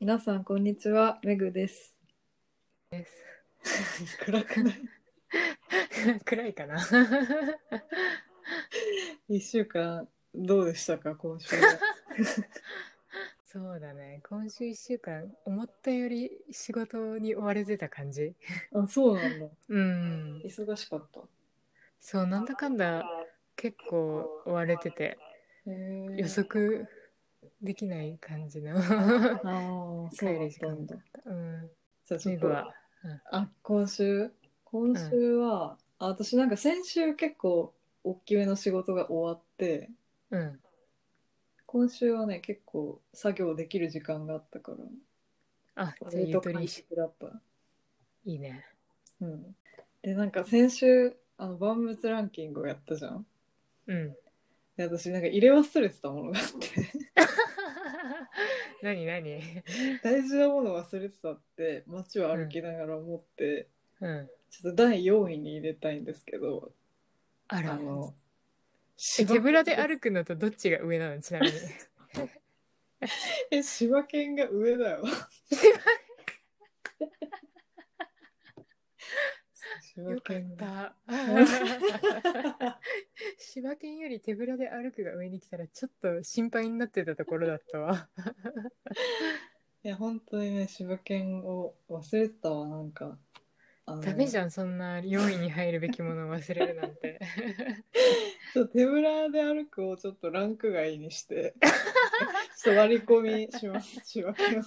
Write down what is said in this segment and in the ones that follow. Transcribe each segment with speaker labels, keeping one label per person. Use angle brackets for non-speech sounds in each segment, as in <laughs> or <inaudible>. Speaker 1: 皆さんこんにちはめぐです
Speaker 2: です。
Speaker 1: <laughs> 暗くない
Speaker 2: <laughs> 暗いかな
Speaker 1: 一週間どうでしたか今 <laughs> 週
Speaker 2: そうだね。今週1週間、思ったより仕事に追われてた感じ。
Speaker 1: あそうなんだ
Speaker 2: うん。
Speaker 1: 忙しかった
Speaker 2: そう、なんだかんだ結構追われてて、
Speaker 1: へえ
Speaker 2: 予測できない感じの。
Speaker 1: ああそうだったんだ
Speaker 2: うん。
Speaker 1: じゃあちょ
Speaker 2: メ
Speaker 1: っ
Speaker 2: グ
Speaker 1: と
Speaker 2: は。
Speaker 1: あ今週今週は、あ私なんか先週結構大きめの仕事が終わって
Speaker 2: うん。
Speaker 1: 今週はね結構作業できる時間があったから
Speaker 2: あ、じゃあ
Speaker 1: 割
Speaker 2: ゆ
Speaker 1: と
Speaker 2: と
Speaker 1: 快
Speaker 2: り、
Speaker 1: 適だった
Speaker 2: いいね。
Speaker 1: うんでなんか先週あの万物ランキングをやったじゃん
Speaker 2: うん。 <laughs>
Speaker 1: で私なんか入れ忘れてたものがあって
Speaker 2: 何何
Speaker 1: 大事なもの忘れてたって街を歩きながら思って、
Speaker 2: うん。
Speaker 1: ちょっと第4位に入れたいんですけど
Speaker 2: あ
Speaker 1: あ
Speaker 2: ら。
Speaker 1: の
Speaker 2: え手ぶらで
Speaker 1: る
Speaker 2: 歩くのとどっちが上なのちなみに。
Speaker 1: <laughs> え柴犬が上だよ <laughs> 柴
Speaker 2: よかっ
Speaker 1: 犬が
Speaker 2: た。
Speaker 1: <laughs>
Speaker 2: 柴犬より手ぶらで歩くが上に来たらちょっと心配になってたところだった
Speaker 1: <laughs>
Speaker 2: わ。
Speaker 1: いや本当にね柴犬を忘れてたわなんかあの
Speaker 2: ダメじゃんそんな4位に入るべきものを忘れるなんて。
Speaker 1: <laughs> ちょっと手ぶらで歩くをちょっとランク外にして
Speaker 2: <laughs>
Speaker 1: ちょっと割り込みします柴犬を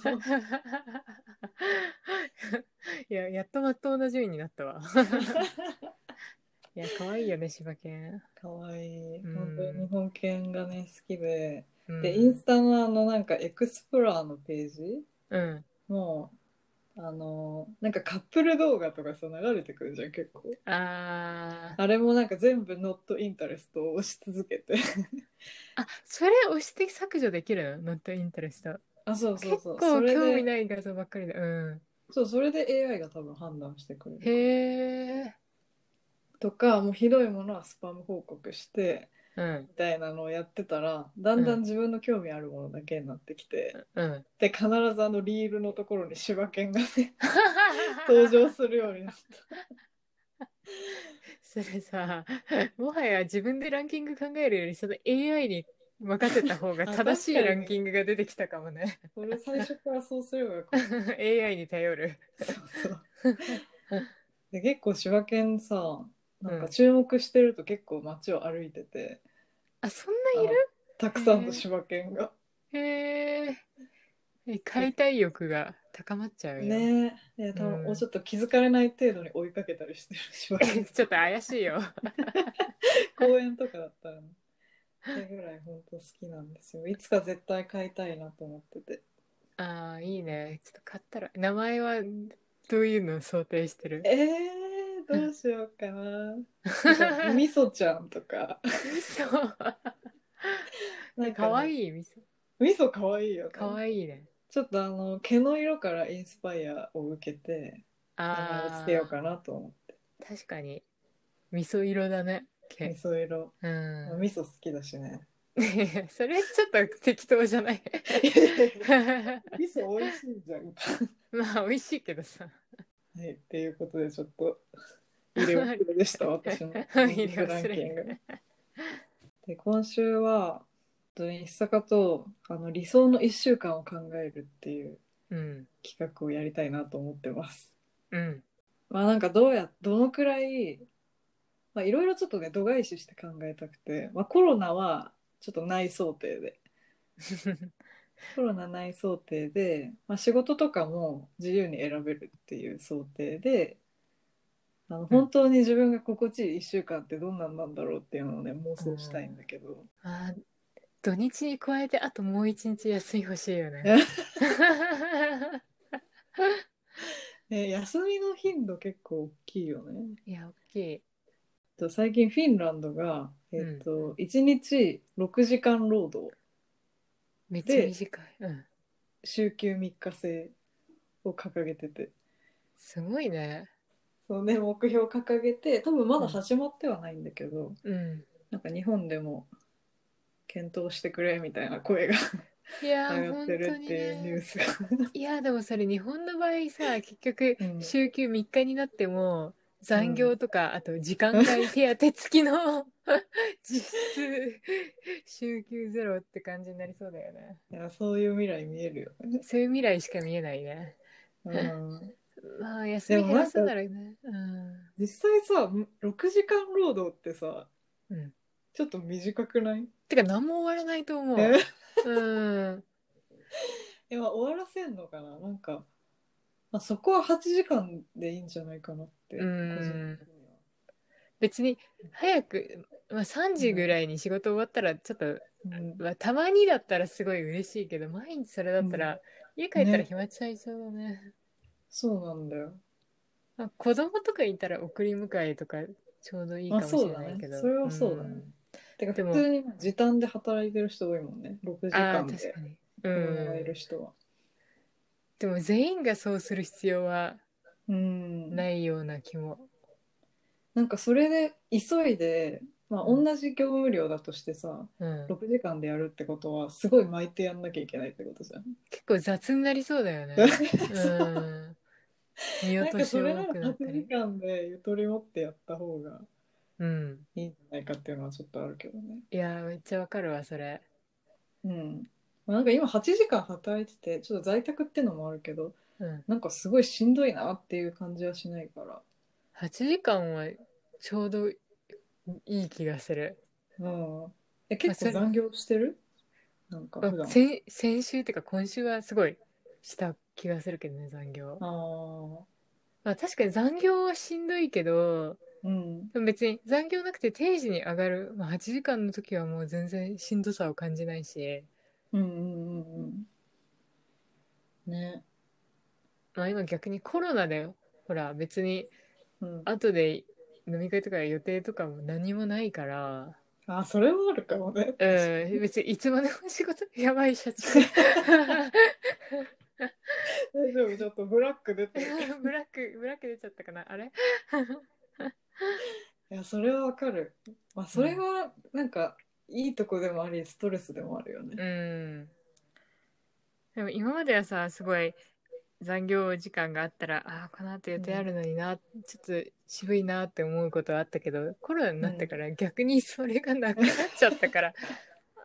Speaker 2: いややっとまっとうな順位になったわ。いや可愛いよね柴犬。
Speaker 1: かわいい
Speaker 2: うん
Speaker 1: 本当に日本犬がね好きで、
Speaker 2: うん
Speaker 1: でインスタのあのなんかエクスプローのページ
Speaker 2: うん。
Speaker 1: もうあのなんかカップル動画とかさ流れてくるじゃん結構
Speaker 2: あー
Speaker 1: あれもなんか全部「ノットインタレスト」を押し続けて
Speaker 2: あそれ押して削除できるの ?Not interested。
Speaker 1: <laughs> あそうそう
Speaker 2: 結
Speaker 1: そう
Speaker 2: 構
Speaker 1: それ
Speaker 2: 興味
Speaker 1: で
Speaker 2: ない画像ばっかりで。うん。
Speaker 1: そうそれで AI が多分判断してくれる
Speaker 2: へえ。
Speaker 1: とかもうひどいものはスパム報告して
Speaker 2: うん。
Speaker 1: みたいなのをやってたらだんだん自分の興味あるものだけになってきて、
Speaker 2: うん。
Speaker 1: で必ずあのリールのところに柴犬がね登場するようになっ
Speaker 2: それさ、 <laughs> もはや自分でランキング考えるより、その AI に任せた方が
Speaker 1: あ
Speaker 2: 正しい
Speaker 1: 確か
Speaker 2: ラ
Speaker 1: に
Speaker 2: ンキングが出てきたかもね。 <laughs>
Speaker 1: た俺最初からそうすればよかった
Speaker 2: AI に頼る。
Speaker 1: そう <laughs> そうで結構柴犬さなんか注目してると結構街を歩いてて、
Speaker 2: あ、そんないる
Speaker 1: たくさんの柴犬が、
Speaker 2: へえ。え解体欲が高まっちゃうよ。
Speaker 1: ねえいや多分、
Speaker 2: うん
Speaker 1: もうちょっと気づかれない程度に追いかけたりしてる柴犬 <laughs>
Speaker 2: <laughs> ちょっと怪しいよ。
Speaker 1: 公園とかだったらねそれぐらい本当好きなんですよいつか絶対飼いたいなと思ってて
Speaker 2: ああ、いいね。ちょっと買ったら。名前はどういうのを想定してる
Speaker 1: えー、どうしよう <laughs> かなみそちゃんとか
Speaker 2: み
Speaker 1: <laughs>
Speaker 2: そ。
Speaker 1: なん
Speaker 2: かわ
Speaker 1: い
Speaker 2: いいみそ。
Speaker 1: みそかわいいよね
Speaker 2: かわいいね。
Speaker 1: ちょっとあの毛の色からインスパイアを受けて名前
Speaker 2: あ
Speaker 1: をつ
Speaker 2: あ
Speaker 1: け。ようかなと思って
Speaker 2: 確かに。味噌色だね。け
Speaker 1: みそ色
Speaker 2: うん。
Speaker 1: みそ好きだし
Speaker 2: <laughs>
Speaker 1: ね
Speaker 2: いやそれちょっと適当じゃない <laughs>
Speaker 1: みそ美味しいじゃんは
Speaker 2: まあ美味しいけどさ。
Speaker 1: いっていうことでちょっと入れ忘れで
Speaker 2: <laughs>
Speaker 1: した私の
Speaker 2: 入れ忘れ
Speaker 1: ランキングで今週は本当に久坂とあの理想の1週間を考えるっていう
Speaker 2: うん。
Speaker 1: 企画をやりたいなと思ってます。
Speaker 2: うん。
Speaker 1: まあなんかどうやどのくらいまあいろいろちょっとね度外視して考えたくて、まあ、コロナはちょっとない想定でコロナない想定で、まあ、仕事とかも自由に選べるっていう想定であの本当に自分が心地いい1週間ってどんなんなんだろうっていうのをね妄想したいんだけど。
Speaker 2: <laughs> あー土日に加えてあともう一日休み欲しいよね。
Speaker 1: ね、休みの頻度結構大きいよね。
Speaker 2: <laughs> いや、大きい。
Speaker 1: と最近フィンランドが、え
Speaker 2: うん
Speaker 1: っと1日6時間労働
Speaker 2: めっちゃ短い。うん。
Speaker 1: 週休3日制を掲げてて
Speaker 2: すごいね。
Speaker 1: その、ね、目標を掲げて多分まだ始まってはないんだけど、
Speaker 2: うん。
Speaker 1: なんか日本でも検討してくれみたいな声が
Speaker 2: いや
Speaker 1: 通
Speaker 2: ー
Speaker 1: っ
Speaker 2: 本
Speaker 1: て
Speaker 2: 当
Speaker 1: るっ
Speaker 2: に
Speaker 1: ていうニュー
Speaker 2: ね
Speaker 1: スが。
Speaker 2: いやでもそれ日本の場合さ結局 <laughs>
Speaker 1: うん
Speaker 2: 週休3日になっても残業とか、あと時間外手当付きの <laughs> 実質週休ゼロって感じになりそうだよね
Speaker 1: いやそういう未来見えるよね。
Speaker 2: そういう未来しか見えないね
Speaker 1: うん、
Speaker 2: まあ休み減らすならねう
Speaker 1: 実際さ6時間労働ってさ
Speaker 2: ん、うん、
Speaker 1: ちょっと短くない
Speaker 2: てか何も終わらないと思う
Speaker 1: え <laughs>
Speaker 2: うん
Speaker 1: いや終わらせんのかななんか、まあ、そこは8時間でいいんじゃないかなって
Speaker 2: うん
Speaker 1: 個人的には
Speaker 2: 別に早く、まあ、3時ぐらいに仕事終わったらちょっと、
Speaker 1: うん
Speaker 2: まあ、たまにだったらすごい嬉しいけど毎日それだったら、家帰ったら
Speaker 1: ね
Speaker 2: 暇ちゃいそうだね
Speaker 1: そうなんだよ。
Speaker 2: まあ、子供とかいたら送り迎えとかちょうどいいか
Speaker 1: あ
Speaker 2: もし
Speaker 1: そう
Speaker 2: れ
Speaker 1: だ
Speaker 2: ない
Speaker 1: ね
Speaker 2: けど。
Speaker 1: それはそうだね。
Speaker 2: ん
Speaker 1: てか
Speaker 2: でも
Speaker 1: 普通に時短で働いてる人多いもんね6時
Speaker 2: あ
Speaker 1: 間
Speaker 2: ー確
Speaker 1: で
Speaker 2: かに、う
Speaker 1: 子供がい
Speaker 2: ん
Speaker 1: る、人は。
Speaker 2: でも全員がそうする必要は
Speaker 1: うん、
Speaker 2: ないような気も、
Speaker 1: なんかそれで急いで、まあ、
Speaker 2: う
Speaker 1: 同
Speaker 2: ん
Speaker 1: じ業務量だとしてさ、
Speaker 2: うん、
Speaker 1: 6時間でやるってことはすごい巻いてやんなきゃいけないってことじゃん。
Speaker 2: 結構雑になりそうだよね、
Speaker 1: <laughs>
Speaker 2: うん、見
Speaker 1: なん
Speaker 2: 落と
Speaker 1: か
Speaker 2: し
Speaker 1: そ <laughs> れな
Speaker 2: 多
Speaker 1: ら
Speaker 2: くなった
Speaker 1: 8時
Speaker 2: り、
Speaker 1: 間でゆとり持ってやった方が
Speaker 2: うん、
Speaker 1: いいんじゃないかっていうのはちょっとあるけどね。
Speaker 2: いやーめっちゃわかるわそれ
Speaker 1: うん。まあなんか今8時間働いててちょっと在宅ってのもあるけど
Speaker 2: うん、
Speaker 1: なんかすごいしんどいなっていう感じはしないから。
Speaker 2: 8時間はちょうどいい気がする。
Speaker 1: うん、え
Speaker 2: まあ
Speaker 1: 結構
Speaker 2: それ
Speaker 1: 残業してるなんか
Speaker 2: まあ
Speaker 1: 普段。
Speaker 2: 先先週っていうか今週はすごいした気がするけどね残業。
Speaker 1: ああ。
Speaker 2: まあ確かに残業はしんどいけど
Speaker 1: うん。
Speaker 2: でも別に残業なくて定時に上がる、まあ、8時間の時はもう全然しんどさを感じないし、
Speaker 1: うんうんうんうん。ね。
Speaker 2: まあ、今逆にコロナでほら別に
Speaker 1: うん、
Speaker 2: 後で飲み会とか予定とかも何もないから。
Speaker 1: あ、それはあるかもね。
Speaker 2: うん、別にいつまでも仕事、やばい社長。 <laughs>
Speaker 1: 大丈夫、ちょっとブラック出てる。
Speaker 2: ブラック、ブラック出ちゃったかなあれ
Speaker 1: いや、それはわかる。まあ、それは、なんか、いいとこでもあり、ストレスでもあるよね。
Speaker 2: うん。でも今まではさ、すごい残業時間があったら、ああ、この後予定あるのにな、ちょっと渋いなって思うことはあったけど、コロナになってから逆にそれがなくなっちゃっ
Speaker 1: <laughs>
Speaker 2: たから、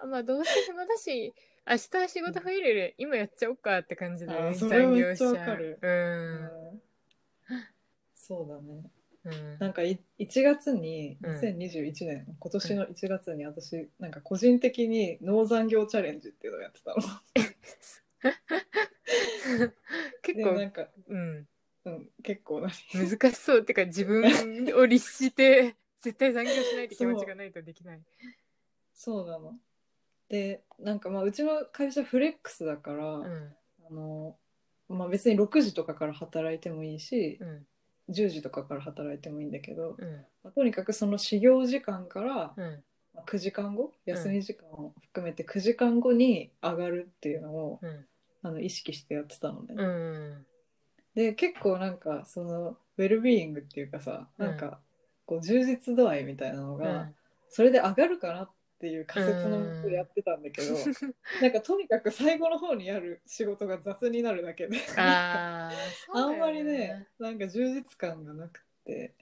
Speaker 2: あまあどうせ暇だし、明日仕事増えるより今やっちゃおっかって感じで、
Speaker 1: あー
Speaker 2: ね、
Speaker 1: それ
Speaker 2: 残
Speaker 1: め
Speaker 2: 業
Speaker 1: っ
Speaker 2: し
Speaker 1: ちゃわ
Speaker 2: ちゃ
Speaker 1: か
Speaker 2: う
Speaker 1: る。
Speaker 2: うん。
Speaker 1: うんそうだね。
Speaker 2: うん。
Speaker 1: なんかい1月に
Speaker 2: うん
Speaker 1: 2021年、今年の1月に私なんか個人的に農残業チャレンジっていうのをやってたの。
Speaker 2: 結
Speaker 1: で
Speaker 2: 構、
Speaker 1: なんか、
Speaker 2: うん、
Speaker 1: うん、結構な
Speaker 2: 難しそうってか自分を律して絶対残業しないって気持ちがないとできない。
Speaker 1: そうなの。でなんかまあうちの会社フレックスだから、
Speaker 2: うん
Speaker 1: あのまあ、別に6時とかから働いてもいいし
Speaker 2: う、ん
Speaker 1: 10時とかから働いてもいいんだけど、
Speaker 2: うん
Speaker 1: まあ、とにかくその始業時間から
Speaker 2: うん
Speaker 1: まあ9時間後休み時間を含めて9時間後に上がるっていうのを、
Speaker 2: うん
Speaker 1: あの意識してやってたのね。
Speaker 2: うん
Speaker 1: で結構なんかそのウェルビーイングっていうかさ、
Speaker 2: うん
Speaker 1: なんかこう充実度合いみたいなの
Speaker 2: う
Speaker 1: が、
Speaker 2: ん
Speaker 1: それで上がるかなっていう仮説のもとやってたんだけ
Speaker 2: <laughs>
Speaker 1: ど、なんかとにかく最後の方にやる仕事が雑になるだけであ
Speaker 2: あー
Speaker 1: んまりねなんか充実感がなくて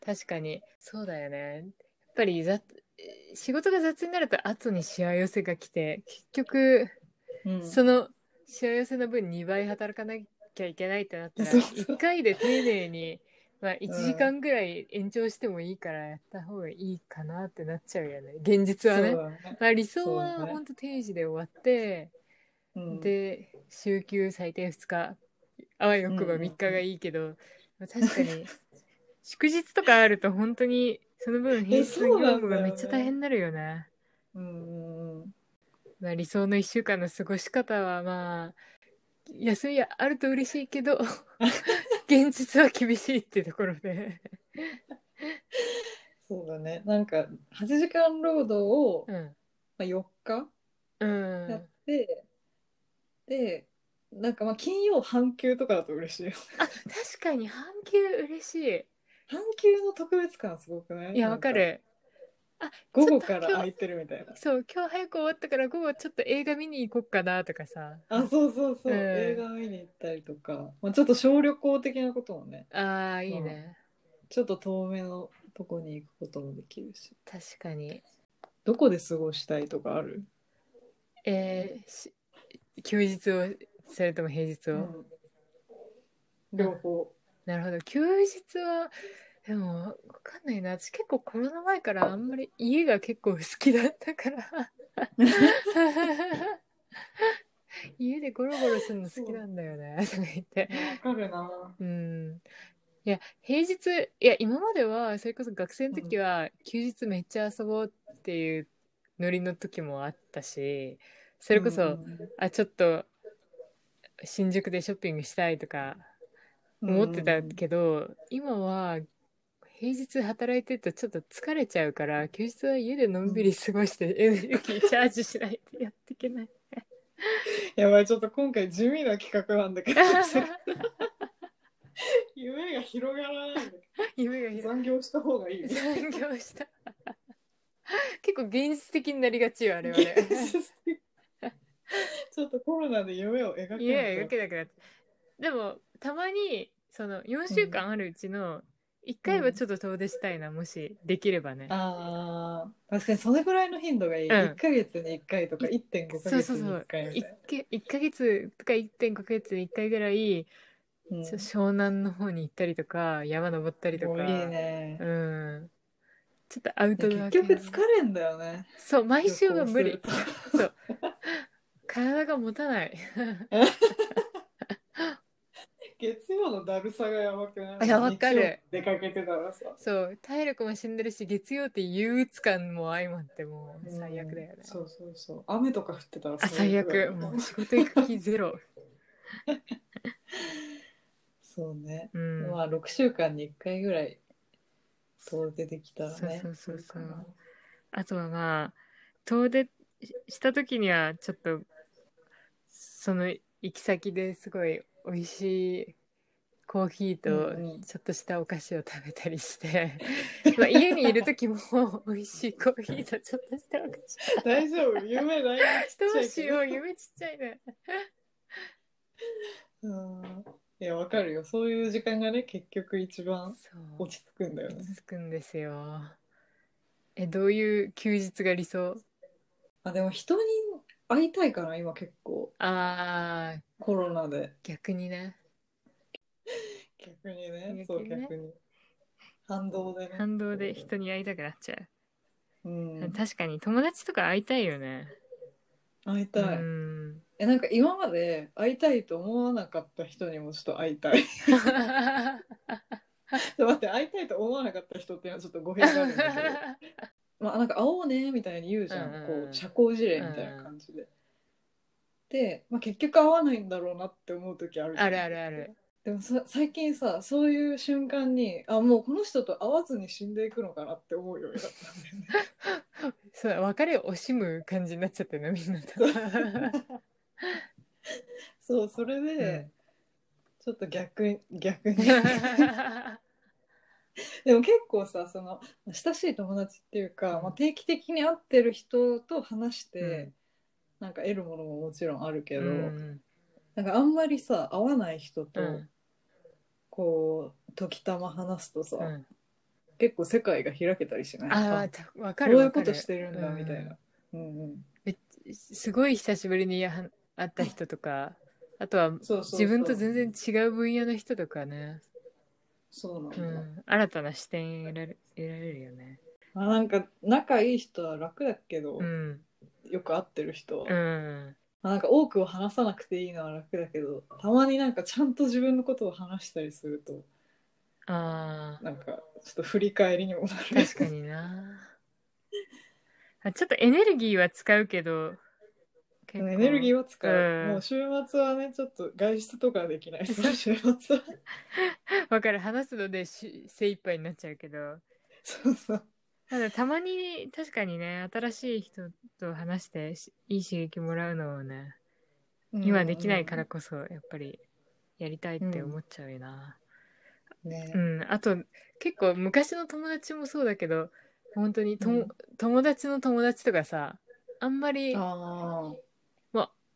Speaker 2: 確かにそうだよねやっぱり雑仕事が雑になると後にしわ寄せが来て結局
Speaker 1: うん
Speaker 2: そのしわ寄せの分2倍働かなきゃいけないってなったら
Speaker 1: そうそう
Speaker 2: 1回で丁寧に、まあ、1時間ぐらい延長してもいいからやった方がいいかなってなっちゃうよね現実はね。
Speaker 1: そうだね
Speaker 2: まあ、理想
Speaker 1: そうだ
Speaker 2: は
Speaker 1: ね
Speaker 2: 本当定時で終わって、
Speaker 1: うん
Speaker 2: で週休最低2日あわよくば
Speaker 1: うんうんうん
Speaker 2: 3日がいいけど、まあ確
Speaker 1: <laughs>
Speaker 2: かに祝日とかあると本当にその分平日の業務がめっちゃ大変になるよね。
Speaker 1: うんうんうん
Speaker 2: まあ、理想の1週間の過ごし方はまあ休みはあると嬉しいけ
Speaker 1: <laughs>
Speaker 2: ど現実は厳しいってところで、
Speaker 1: そうだねなんか8時間労働を、
Speaker 2: う
Speaker 1: ま
Speaker 2: ん
Speaker 1: あ、4日
Speaker 2: うん、
Speaker 1: やって、でなんかまあ金曜半休とかだと嬉しいよ
Speaker 2: あ確かに半休嬉しい。
Speaker 1: 半休の特別感すごくない
Speaker 2: いや、
Speaker 1: な
Speaker 2: わ
Speaker 1: んか
Speaker 2: かる。
Speaker 1: 午後から空いてるみたいな
Speaker 2: そう今日早く終わったから午後ちょっと映画見に行こっかなとかさ
Speaker 1: あそうそうそう、
Speaker 2: うん
Speaker 1: 映画見に行ったりとか、まあ、ちょっと小旅行的なこともね
Speaker 2: あーいいね、
Speaker 1: ちょっと遠めのとこに行くこともできるし
Speaker 2: 確かに
Speaker 1: どこで過ごしたいとかある、
Speaker 2: えーし休日をそれとも平日を、
Speaker 1: うん両方
Speaker 2: なるほど休日はでもわかんないな私結構コロナ前からあんまり家が結構好きだったから
Speaker 1: <laughs>
Speaker 2: 家でゴロゴロするの好きなんだよねとか言って
Speaker 1: わかるな
Speaker 2: うんいや平日いや今まではそれこそ学生の時は休日めっちゃ遊ぼうっていうノリの時もあったしそれこそ、あちょっと新宿でショッピングしたいとか思ってたけど、今は平日働いてるとちょっと疲れちゃうから休日は家でのんびり過ごしてエネルギーチャージしないとやっていけない。 <laughs>
Speaker 1: やばいちょっと今回地味な企画なんだ
Speaker 2: <laughs>
Speaker 1: けど夢が広がらないんだけ
Speaker 2: 夢が
Speaker 1: ど
Speaker 2: 広
Speaker 1: 残業した方がいい
Speaker 2: い
Speaker 1: よ
Speaker 2: 残業した結構現実的になりがちよあれ
Speaker 1: <laughs>
Speaker 2: はね。
Speaker 1: ちょっとコロナで夢を描く
Speaker 2: 家は描けなくなってでもたまにその4週間あるうちの1回はちょっと遠出したいな、もしできればね。
Speaker 1: あー確かにそれぐらいの頻度がいい、
Speaker 2: うん
Speaker 1: 1ヶ月に1回とか1.5ヶ
Speaker 2: そ
Speaker 1: 月
Speaker 2: うそう
Speaker 1: に
Speaker 2: そ
Speaker 1: 1
Speaker 2: う
Speaker 1: 回みたいな
Speaker 2: 1, ヶ月とか1.5ヶ月に1回ぐらい、
Speaker 1: うん
Speaker 2: ちょ湘南の方に行ったりとか山登ったりと
Speaker 1: もう
Speaker 2: か
Speaker 1: いいね
Speaker 2: う、ん、ちょっとアウト
Speaker 1: い
Speaker 2: ド
Speaker 1: や
Speaker 2: ア
Speaker 1: 結
Speaker 2: 系
Speaker 1: 局疲れんだよね
Speaker 2: そう毎週は無理
Speaker 1: 旅行すると
Speaker 2: そう <laughs> 体が持たない
Speaker 1: 月曜のだるさがやばくない
Speaker 2: あいやわかる
Speaker 1: 日曜出かけてたらさ
Speaker 2: そう体力も死んでるし月曜って憂鬱感も相まってもう最悪だよね、
Speaker 1: うんそうそうそう雨とか降ってたら
Speaker 2: あ最
Speaker 1: だ
Speaker 2: 悪
Speaker 1: よね
Speaker 2: もう仕事行く気ゼロ
Speaker 1: そうね、
Speaker 2: うん、
Speaker 1: まあ6週間に1回ぐらい遠出できたらね
Speaker 2: そうそうそうそう
Speaker 1: いいかな
Speaker 2: あとはまあ遠出しした時にはちょっとその行き先ですごい美味しいコーヒー
Speaker 1: うんう
Speaker 2: と
Speaker 1: ん
Speaker 2: ちょっとしたお菓子を食べたりして、 <laughs> まあ家にいる時も美味しいコーヒーとちょっとしたお菓子
Speaker 1: 大丈夫夢ない
Speaker 2: どうしよう夢ちっちゃいね
Speaker 1: うんいやわかるよそういう時間がね結局一番
Speaker 2: そう
Speaker 1: 落ち着くんだよね
Speaker 2: 落ち着くんですよえどういう休日が理想
Speaker 1: あでも人に会いたいかな今結構
Speaker 2: あー
Speaker 1: コロナで
Speaker 2: 逆にね
Speaker 1: 逆にねそう
Speaker 2: 逆にね
Speaker 1: 逆に反動でね
Speaker 2: 反動で人に会いたくなっちゃう
Speaker 1: うん
Speaker 2: 確かに友達とか会いたいよね。
Speaker 1: 会いたい、
Speaker 2: うん。
Speaker 1: えなんか今まで会いたいと思わなかった人にもちょっと会いたい <laughs> ちょっと待って会いたいと思わなかった人っていうのはちょっと語弊があるんだけどまあなんか会おうねみたいに言うじゃん、
Speaker 2: うんうん
Speaker 1: こう社交辞令みたいな感じで、で、まあ、結局会わないんだろうなって思う時あるじゃん
Speaker 2: あるあるある。
Speaker 1: でもさ最近さそういう瞬間にあもうこの人と会わずに死んでいくのかなって思うようになったんだよ
Speaker 2: <laughs>
Speaker 1: ね
Speaker 2: そう別れを惜しむ感じになっちゃってるなみんなと。
Speaker 1: そうそれで、
Speaker 2: うん
Speaker 1: ちょっと逆に
Speaker 2: <laughs>
Speaker 1: 逆にでも結構さその親しい友達っていうか、まあ、定期的に会ってる人と話して、
Speaker 2: うん
Speaker 1: なんか得るものももちろんあるけど、
Speaker 2: うん
Speaker 1: なんかあんまりさ会わない人と、
Speaker 2: うん
Speaker 1: こう時たま話すとさ、
Speaker 2: うん
Speaker 1: 結構世界が開けたりしない
Speaker 2: あ
Speaker 1: あ
Speaker 2: あ
Speaker 1: こ
Speaker 2: たわか
Speaker 1: う
Speaker 2: る
Speaker 1: い
Speaker 2: わ
Speaker 1: うこ
Speaker 2: かる。
Speaker 1: としてるんだ
Speaker 2: うん
Speaker 1: みたいな。うんうん
Speaker 2: すごい久しぶりに会った人とか、あとは
Speaker 1: そうそうそう
Speaker 2: 自分と全然違う分野の人とかね。
Speaker 1: そうなん
Speaker 2: う
Speaker 1: だ、
Speaker 2: ん。新たな視点得られ得られるよね。
Speaker 1: まあ、なんか仲いい人は楽だけど、
Speaker 2: うん。
Speaker 1: よく会ってる人は、
Speaker 2: うん。
Speaker 1: まあ、なんか多くを話さなくていいのは楽だけどたまになんかちゃんと自分のことを話したりすると
Speaker 2: ああ。
Speaker 1: なんかちょっと振り返りにもなる
Speaker 2: 確かになあちょっとエネルギーは使うけど結
Speaker 1: エネルギ
Speaker 2: ー
Speaker 1: ーは使う、
Speaker 2: うん
Speaker 1: もう週末はねちょっと外出とかはできない <laughs> その週末は
Speaker 2: わかる話すのでし精一杯になっちゃうけど
Speaker 1: そうそう
Speaker 2: ただたまに確かにね新しい人と話してしいい刺激もらうのをね今できないからこそやっぱりやりたいって思っちゃうよな
Speaker 1: ね
Speaker 2: う、ん、あと結構昔の友達もそうだけど本当にとも、
Speaker 1: うん
Speaker 2: 友達の友達とかさあんまり
Speaker 1: ああ。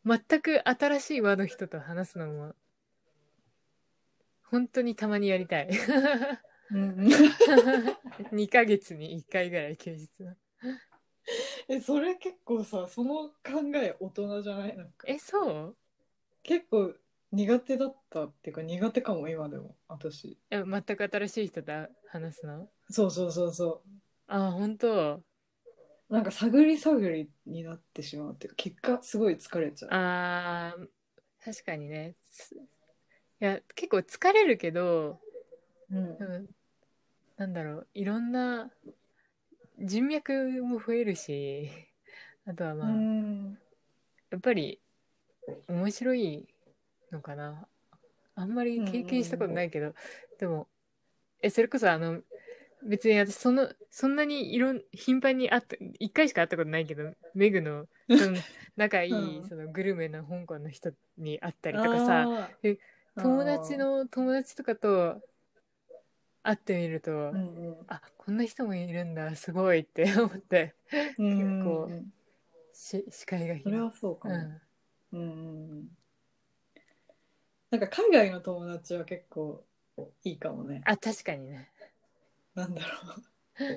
Speaker 2: 全く新しい輪の人と話すのも本当にたまにやりたい <laughs>
Speaker 1: うん。
Speaker 2: 2ヶ月に1回ぐらい休日の
Speaker 1: <laughs> え、それ結構さ、その考え大人じゃないなんか
Speaker 2: えそう
Speaker 1: 結構苦手だったっていうか苦手かも、今でも、私。
Speaker 2: え全く新しい人と話すの
Speaker 1: そうそうそうそ
Speaker 2: あ本当
Speaker 1: う。なんか探り探りになってしまうっていうか、結果すごい疲れちゃう。
Speaker 2: あー確かにねついや結構疲れるけど
Speaker 1: うん
Speaker 2: う。んなんだろういろんな人脈も増えるしあとはまあ、
Speaker 1: うん。
Speaker 2: やっぱり面白いのかなあんまり経験したことないけど、でもえそれこそあの別に私そのそんなにいろん頻繁に会った1回しか会ったことないけどメグのその仲いい、
Speaker 1: うん
Speaker 2: そのグルメな香港の人に会った
Speaker 1: あ
Speaker 2: りとかさ
Speaker 1: ー
Speaker 2: え友達。の友達とかと会ってみると、
Speaker 1: あーうんうん。
Speaker 2: あこんな人もいるんだすごいって思って
Speaker 1: うん
Speaker 2: 構し視界が
Speaker 1: それ
Speaker 2: 広い
Speaker 1: はそうか
Speaker 2: う
Speaker 1: も、
Speaker 2: ん、
Speaker 1: うんうんうん、なんか海外の友達は結構いいかもね
Speaker 2: あ確かにね
Speaker 1: なんだろ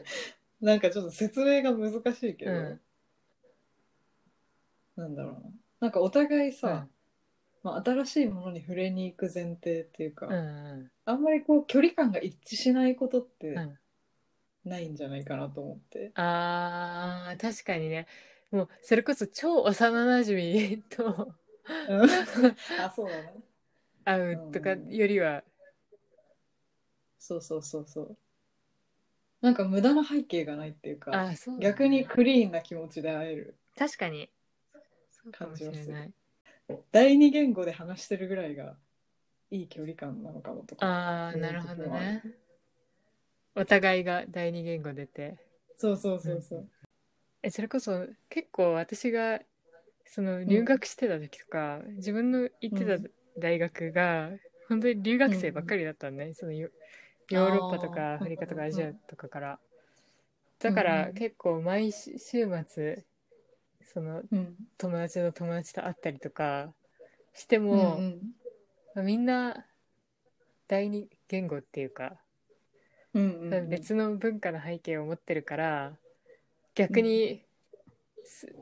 Speaker 1: うなんかちょっと説明が難しいけど、
Speaker 2: うん
Speaker 1: なんだろうななんかお互いさ、
Speaker 2: うん
Speaker 1: まあ、新しいものに触れに行く前提っていうか、
Speaker 2: うんうん
Speaker 1: あんまりこう距離感が一致しないことって
Speaker 2: うん
Speaker 1: ないんじゃないかなと思って、
Speaker 2: あー確かにねもうそれこそ超幼なじみと <laughs>
Speaker 1: うん <laughs> あそうだね
Speaker 2: 会うとか
Speaker 1: うん
Speaker 2: よりは、
Speaker 1: そうそうそうそうなんか無駄な背景がないっていう
Speaker 2: あ
Speaker 1: か
Speaker 2: ーそうだね
Speaker 1: 逆にクリーンな気持ちで会える
Speaker 2: 確かにそうかもしれ
Speaker 1: 感じは
Speaker 2: ない
Speaker 1: 第二言語で話してるぐらいがいい距離感なのかもとか
Speaker 2: ああなるほどねお互いが第二言語出て
Speaker 1: そうそうそうそう、
Speaker 2: えそれこそ結構私がその留学してた時とか、自分の行って
Speaker 1: う
Speaker 2: た大学が、本当に留学生ばっかりだったんね、そのヨヨーロッパと
Speaker 1: あー
Speaker 2: かアフリカと
Speaker 1: う
Speaker 2: か
Speaker 1: んうん
Speaker 2: ア
Speaker 1: うん
Speaker 2: ジアとかから、だから
Speaker 1: うん
Speaker 2: 結構毎週週末その
Speaker 1: うん、
Speaker 2: 友達の友達と会ったりとかしても、
Speaker 1: うんうん
Speaker 2: まあみんな第二言語っていうか
Speaker 1: うんうんうん、
Speaker 2: 別の文化の背景を持ってるから逆にす、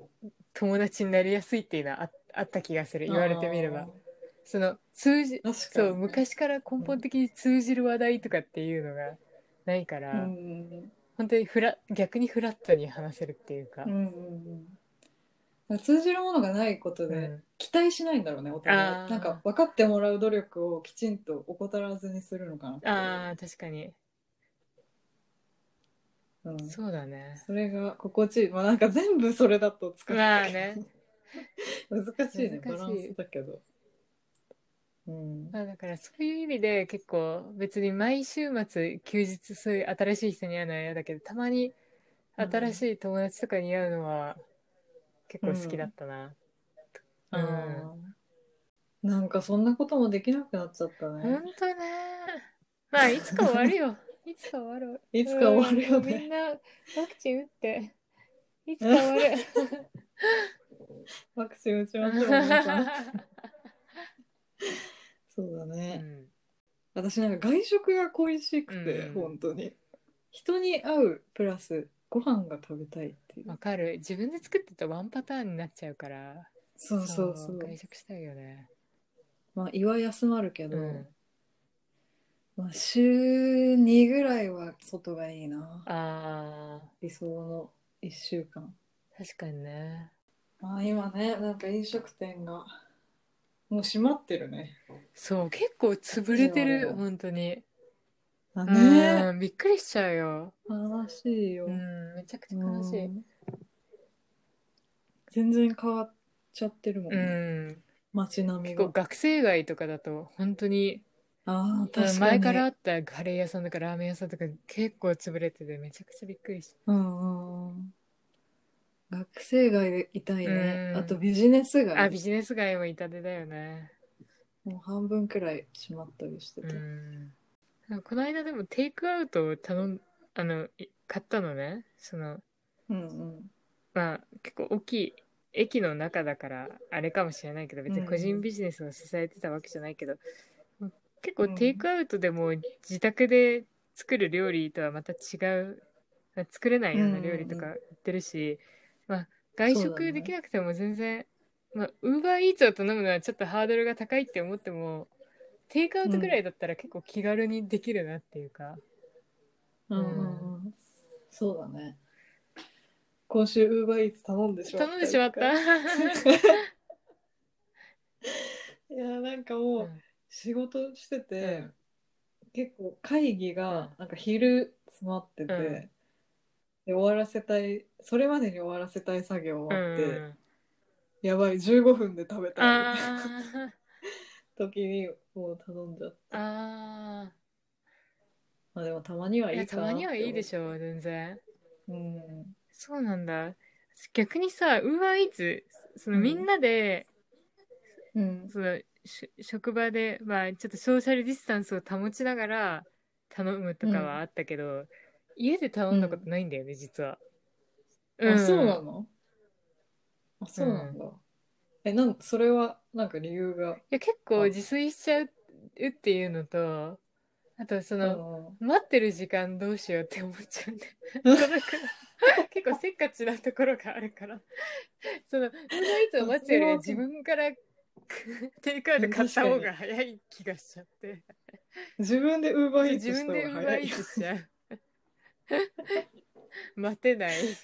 Speaker 2: 友達になりやすいっていうのはああった気がする言われてみればその通じ
Speaker 1: あー確かに
Speaker 2: そう昔から根本的に通じる話題とかっていうのがないから、
Speaker 1: うんうん
Speaker 2: 本当にフラ逆にフラットに話せるっていうか、
Speaker 1: うんうんうん通じるものがないこと
Speaker 2: う
Speaker 1: で
Speaker 2: ん
Speaker 1: 期待しないんだろうね、お
Speaker 2: あ
Speaker 1: 互
Speaker 2: ー
Speaker 1: いなんか分かってもらう努力をきちんと怠らずにするのかなって
Speaker 2: ああ確かに
Speaker 1: うん、そ
Speaker 2: そうだね
Speaker 1: れが心地いいまあなんか全部それだと疲れ
Speaker 2: まあ
Speaker 1: るけど
Speaker 2: ね
Speaker 1: <laughs> 難しいね
Speaker 2: 難しい
Speaker 1: バランスだけどうん
Speaker 2: まあだからそういう意味で結構別に毎週末休日そういう新しい人に会うのは嫌だけどたまに新しい友達とかに会うのは結構好きだったな。うん
Speaker 1: あーなんかそんなこともできなくなっちゃった
Speaker 2: ほ
Speaker 1: ね。
Speaker 2: んとね。まあいつか終わるよ。いつか終わる。
Speaker 1: いつか終わるよね
Speaker 2: うんみんなワクチン打って。いつか終わる。
Speaker 1: ワクチン打ちましょう、皆さん。
Speaker 2: <laughs> う
Speaker 1: そうだね。
Speaker 2: ん
Speaker 1: 私なんか外食が恋しくて、
Speaker 2: うん
Speaker 1: 本当に。人に会うプラスご飯が食べたいっていう。
Speaker 2: わかる。自分で作ってたワンパターンになっちゃうから。
Speaker 1: そうそうそう。
Speaker 2: 外食したいよね。
Speaker 1: まあ胃は休まるけど、
Speaker 2: うん
Speaker 1: まあ週2ぐらいは外がいいな。
Speaker 2: ああ。
Speaker 1: 理想の1週間。
Speaker 2: 確かにね。
Speaker 1: まあ今ね、なんか飲食店がもう閉まってるね。
Speaker 2: そう、結構潰れて
Speaker 1: そう
Speaker 2: る、
Speaker 1: よ
Speaker 2: 本当に。
Speaker 1: あ
Speaker 2: う
Speaker 1: ね
Speaker 2: んびっくりしちゃうよ。
Speaker 1: 悲しいよ。
Speaker 2: うん、めちゃくちゃ悲しい。
Speaker 1: うん全然変わっちゃってるもん、
Speaker 2: う
Speaker 1: ね
Speaker 2: ん。
Speaker 1: 街並み
Speaker 2: 結構
Speaker 1: が
Speaker 2: 学生街とかだと、本当に、
Speaker 1: あー
Speaker 2: うん前からあったカレー屋さんとかラーメン屋さんとか結構潰れてて、めちゃくちゃびっくりし
Speaker 1: うんうん学生街でいたいね、
Speaker 2: うん
Speaker 1: あとビジネス
Speaker 2: た。あ、
Speaker 1: 街
Speaker 2: ビジネス街も痛手だよね。
Speaker 1: もう半分くらい閉まったりして
Speaker 2: う
Speaker 1: て、
Speaker 2: ん。この間でもテイクアウトを頼ん、あの、い買ったのねその
Speaker 1: うんうん
Speaker 2: まあ結構大きい駅の中だからあれかもしれないけど別に個人ビジネスを支えてたわけじゃないけど、結構テイクアウトでも自宅で作る料理とはまた違う、まあ作れないような料理とか売ってるし、まあ、外
Speaker 1: そうだね
Speaker 2: 食できなくても全然、まあウーバーイーツを頼むのはちょっとハードルが高いって思ってもテイクアウトぐらいだったら結構気軽にできるなっていうか、
Speaker 1: うんうんうんそうだね今週ウーバーイーツ頼んでしまった
Speaker 2: 頼んでしまった。 <laughs>
Speaker 1: いやなんかもう仕事してて、
Speaker 2: うん
Speaker 1: 結構会議が
Speaker 2: うん
Speaker 1: なんか昼詰まってて、
Speaker 2: うん
Speaker 1: で終わらせたいそれまでに終わらせたい作業
Speaker 2: う
Speaker 1: 終わって、
Speaker 2: ん
Speaker 1: やばい15分で食べたい
Speaker 2: あー
Speaker 1: 時にもう頼んじゃって
Speaker 2: あ
Speaker 1: まあでもたまには
Speaker 2: ーい
Speaker 1: い
Speaker 2: や
Speaker 1: い
Speaker 2: た
Speaker 1: かな
Speaker 2: ま
Speaker 1: って思う
Speaker 2: にはいいでしょう全然
Speaker 1: うん
Speaker 2: そうなんだ逆にさウーバーイーツその
Speaker 1: うん
Speaker 2: みんなで、
Speaker 1: うん
Speaker 2: そのし職場で、まあ、ちょっとソーシャルディスタンスを保ちながら頼むとかはあったけど、家で頼んだことないんだよね、実は、
Speaker 1: あそうなのあそうなんだ、えなんそれはなんか理由が
Speaker 2: いや結構自炊しちゃうっていうのとあとそ
Speaker 1: あ
Speaker 2: の、
Speaker 1: の
Speaker 2: 待ってる時間どうしようって思っちゃうんだ <laughs> よそのくらい結構せっかちなところがあるからそのウーバーイーツを待つよりは自分からくテイクアウト買った方が早い気がしちゃって
Speaker 1: 自分でウーバーイーツ
Speaker 2: 自
Speaker 1: した
Speaker 2: 分
Speaker 1: 方
Speaker 2: でウ
Speaker 1: が
Speaker 2: ーバー
Speaker 1: 早
Speaker 2: イ
Speaker 1: い
Speaker 2: ーツしちゃう待
Speaker 1: <laughs>
Speaker 2: てない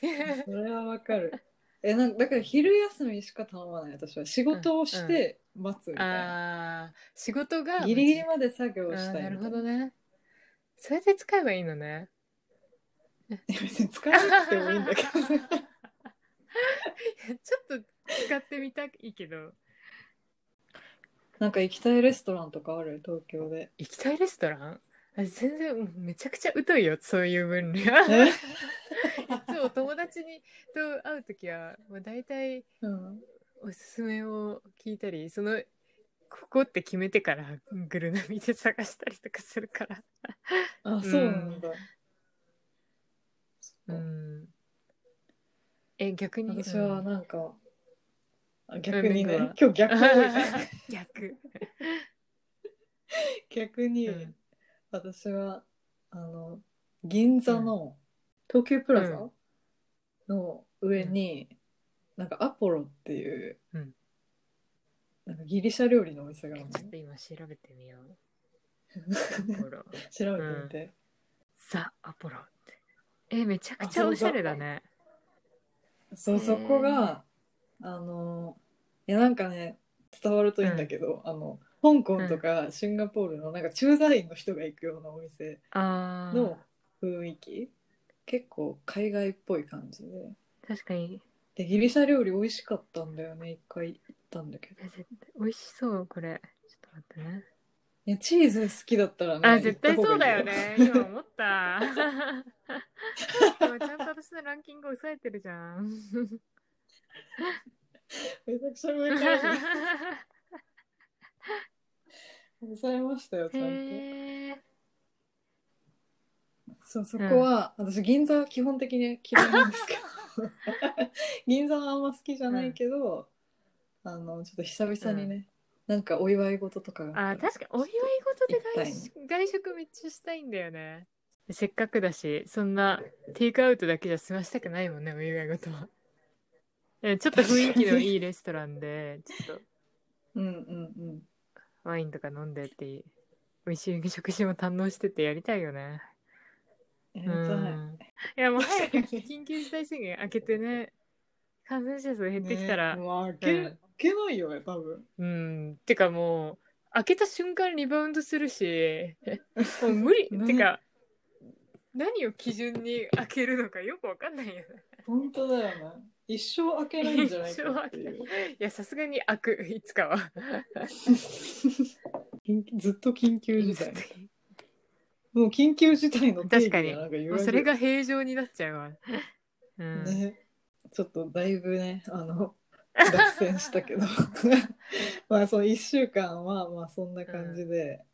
Speaker 1: それはわかるえなんだから昼休みしか頼まない私は仕事をして待つみたいな、
Speaker 2: あー仕事が
Speaker 1: ギリギリまで作業
Speaker 2: あ
Speaker 1: し
Speaker 2: ー
Speaker 1: たい
Speaker 2: なる
Speaker 1: みた
Speaker 2: ほ
Speaker 1: い
Speaker 2: どねそれで使えばいいのね
Speaker 1: いや別に使わなくてもいいん
Speaker 2: <laughs>
Speaker 1: だけど
Speaker 2: ちょっと使ってみたいけど
Speaker 1: なんか行きたいレストランとかある東京
Speaker 2: <laughs>
Speaker 1: で
Speaker 2: 行きたいレストランあ全然もうめちゃくちゃ疎いよそういう分類い <laughs>
Speaker 1: え
Speaker 2: つも友達にと会う時はもう大体
Speaker 1: うん
Speaker 2: おすすめを聞いたりそのここって決めてからグルナビで探したりとかするから
Speaker 1: あそうなんだ、そっか
Speaker 2: うんえ逆に
Speaker 1: 私は
Speaker 2: うん
Speaker 1: なんか、あ逆に
Speaker 2: うん
Speaker 1: ね今日
Speaker 2: <laughs>
Speaker 1: 逆多いね <laughs>
Speaker 2: 逆
Speaker 1: 逆に、
Speaker 2: うん
Speaker 1: 私はあの銀座の東急プラザの上に、なんかアポロっていう、
Speaker 2: うん
Speaker 1: なんかギリシャ料理のお店があ
Speaker 2: え
Speaker 1: るの
Speaker 2: ちょっと今調べてみよ <laughs> うアポロ
Speaker 1: 調べてみて、
Speaker 2: ザ・アポロってえめちゃくちゃおしゃれだね
Speaker 1: そうそこがあのいやなんかね伝わるといいんだけど、あの香港とかシンガポールのなんか駐在員の人が行くようなお店
Speaker 2: ああ
Speaker 1: の雰囲気、結構海外っぽい感じで
Speaker 2: 確かに
Speaker 1: でギリシャ料理美味しかったんだよね一回行ったんだけど
Speaker 2: え絶対美味しそうこれちょっと待ってね
Speaker 1: いやチーズ好きだったらね
Speaker 2: あ絶対そうだよ
Speaker 1: 行っ
Speaker 2: ね今思った <laughs> でもちゃんと私のランキングを抑えてるじゃん
Speaker 1: た方がいいよめちゃくちゃ上からね抑えましたよちゃん
Speaker 2: へえ
Speaker 1: とそうそこは、私銀座は基本的に嫌いなんですけ
Speaker 2: <laughs>
Speaker 1: ど銀座はあんま好きじゃないけど、あのちょっと久々にね、なんかお祝い事とかが
Speaker 2: あ
Speaker 1: ったら
Speaker 2: 確かお祝い事で外
Speaker 1: 行き
Speaker 2: 食外食めっちゃしたいんだよねせっかくだしそんなテイクアウトだけじゃ済ましたくないもんねお祝い事はえちょっと雰囲気のいいレストランでちょっと
Speaker 1: うんうんうん
Speaker 2: ワインとか飲んでっていう美味しい食事も堪能してってやりたいよね。
Speaker 1: やり
Speaker 2: う
Speaker 1: たい、
Speaker 2: んいやもう早く <laughs> 緊急事態宣言開けてね感染者数減ってきたら、
Speaker 1: ねもう開け,、
Speaker 2: うん
Speaker 1: けないよね多分
Speaker 2: うんてかもう開けた瞬間リバウンドす
Speaker 1: <laughs>
Speaker 2: るしもう無理、
Speaker 1: ね
Speaker 2: てか何を基準に開けるのかよくわかんないよね。
Speaker 1: 本当だよね一生開けないんじゃないかっていう
Speaker 2: いやさすがに開くいつかは。
Speaker 1: 緊急ずっと緊急事
Speaker 2: <laughs>
Speaker 1: 態もう緊急事態の定義がなんか言
Speaker 2: も
Speaker 1: われ
Speaker 2: うそ
Speaker 1: て
Speaker 2: れ
Speaker 1: る
Speaker 2: が平常になっちゃうわ。うん
Speaker 1: ねちょっとだいぶねあ
Speaker 2: <laughs>
Speaker 1: の脱線したけど <laughs> まあその1週間はまあそんな感じで、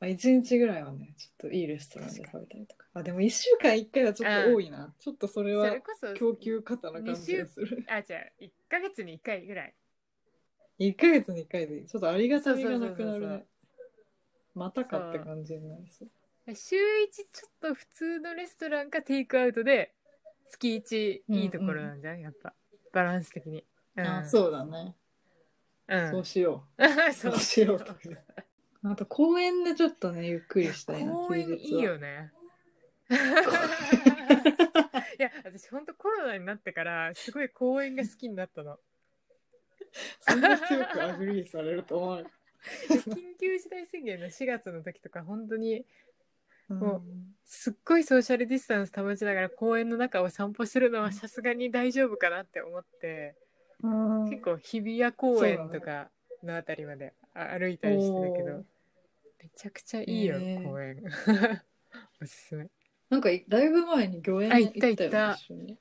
Speaker 1: まあ、1日ぐらいはねちょっといいレストランで食べたりとかあでも1週間1回はちょっと多いな、ちょっとそれ
Speaker 2: そ
Speaker 1: は
Speaker 2: れこそ
Speaker 1: 供給過多な感じがする
Speaker 2: あじゃあ1ヶ月に1回ぐらい
Speaker 1: 1ヶ月に1回でちょっとありがたみがなくな
Speaker 2: そうそう
Speaker 1: る
Speaker 2: そうそ
Speaker 1: ね
Speaker 2: う
Speaker 1: またかって感じになりそう
Speaker 2: 週1ちょっと普通のレストランかテイクアウトで月1いいところなんじゃん、やっぱバランス的に、うん、
Speaker 1: あそうだね、
Speaker 2: う
Speaker 1: そう
Speaker 2: う
Speaker 1: しよ
Speaker 2: <laughs> そ
Speaker 1: そ
Speaker 2: う
Speaker 1: うしようとうあと公園でちょっとねゆっくりしたいな
Speaker 2: 公園
Speaker 1: 休
Speaker 2: い
Speaker 1: 日
Speaker 2: い
Speaker 1: は
Speaker 2: よね <laughs> いや私ほんとコロナになってからすごい公園が好きになったの
Speaker 1: そんな強くアグリーされると思わない
Speaker 2: 緊急事態宣言の4月の時とか本当に
Speaker 1: うん
Speaker 2: すっごいソーシャルディスタンス保ちながら公園の中を散歩するのはさすがに大丈夫かなって思って、
Speaker 1: うん
Speaker 2: 結構日比谷公園とかのあたりまであ歩いたりしてたけど、
Speaker 1: おー
Speaker 2: めちゃくちゃいいよ、
Speaker 1: へー
Speaker 2: 公園 <laughs> おすすめ
Speaker 1: なんかいだいぶ前に御苑
Speaker 2: あ
Speaker 1: 行
Speaker 2: 行
Speaker 1: っ
Speaker 2: ったた
Speaker 1: よね
Speaker 2: 行った
Speaker 1: 一緒に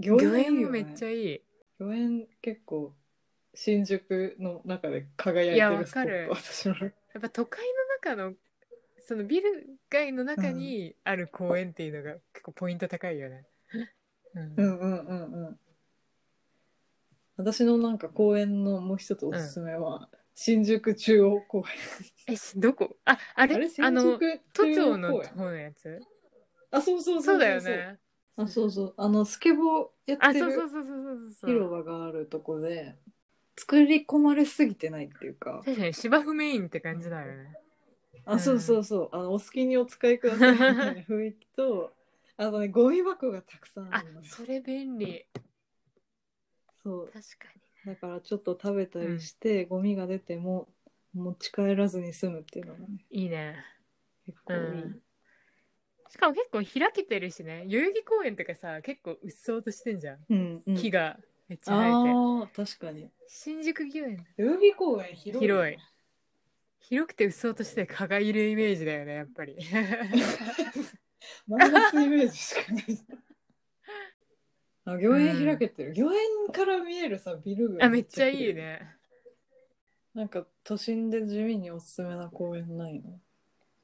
Speaker 2: 御
Speaker 1: 御苑いい
Speaker 2: 苑
Speaker 1: よ
Speaker 2: もめっち
Speaker 1: ね
Speaker 2: ゃいい
Speaker 1: 御苑結構新宿の中で輝いてるスポ
Speaker 2: い
Speaker 1: ッ
Speaker 2: や
Speaker 1: ト
Speaker 2: わ
Speaker 1: 私も
Speaker 2: やっぱ都会の中のそのビル街の中にある公園っていうのが結構ポイント高いよね、
Speaker 1: <laughs>
Speaker 2: うん
Speaker 1: うんうんうんうん私のなんか公園のもう一つおすすめは、新宿中央公園
Speaker 2: えしどこああれ
Speaker 1: あれ
Speaker 2: あ
Speaker 1: 新
Speaker 2: の
Speaker 1: 宿中
Speaker 2: 都庁
Speaker 1: 央
Speaker 2: の
Speaker 1: 公園
Speaker 2: 方のやつ
Speaker 1: あそうそうそう
Speaker 2: そうだよね
Speaker 1: あそうそうあのスケボーや
Speaker 2: あ
Speaker 1: って
Speaker 2: そうそう
Speaker 1: る
Speaker 2: そうそうそうそう
Speaker 1: 広場があるとこで作り込まれすぎてないっていうか
Speaker 2: 確かに芝生メインって感じだよね。う
Speaker 1: あ、
Speaker 2: ん
Speaker 1: そうそうそう。あの、お好きにお使いくださいみたい
Speaker 2: <laughs>
Speaker 1: な雰囲気と、あとね、ゴミ箱がたくさんあ
Speaker 2: あ
Speaker 1: るのよ。
Speaker 2: それ便利
Speaker 1: そう
Speaker 2: 確。か
Speaker 1: だからちょっと食べたりして、ゴミが出ても持ち帰らずに済むっていうのがね、
Speaker 2: にいいね。
Speaker 1: 結構いい。
Speaker 2: うんしかも結構開けてるしね代々木公園とかさ結構うっそうとしてんじゃん、
Speaker 1: うん、うん。
Speaker 2: 木がめっちゃ生えて
Speaker 1: ああ、確かに。
Speaker 2: 新宿御苑
Speaker 1: 代々木公園広い。
Speaker 2: 広い。広くてうっそうとして蚊がいるイメージだよねやっぱり
Speaker 1: <laughs> マイナスイメージしか
Speaker 2: <laughs>
Speaker 1: ない。あ、御苑開けてる。御苑から見えるさ、ビル群
Speaker 2: あめっちゃ
Speaker 1: 綺麗
Speaker 2: いい。ね
Speaker 1: なんか、都心で地味におすすめな公園ないの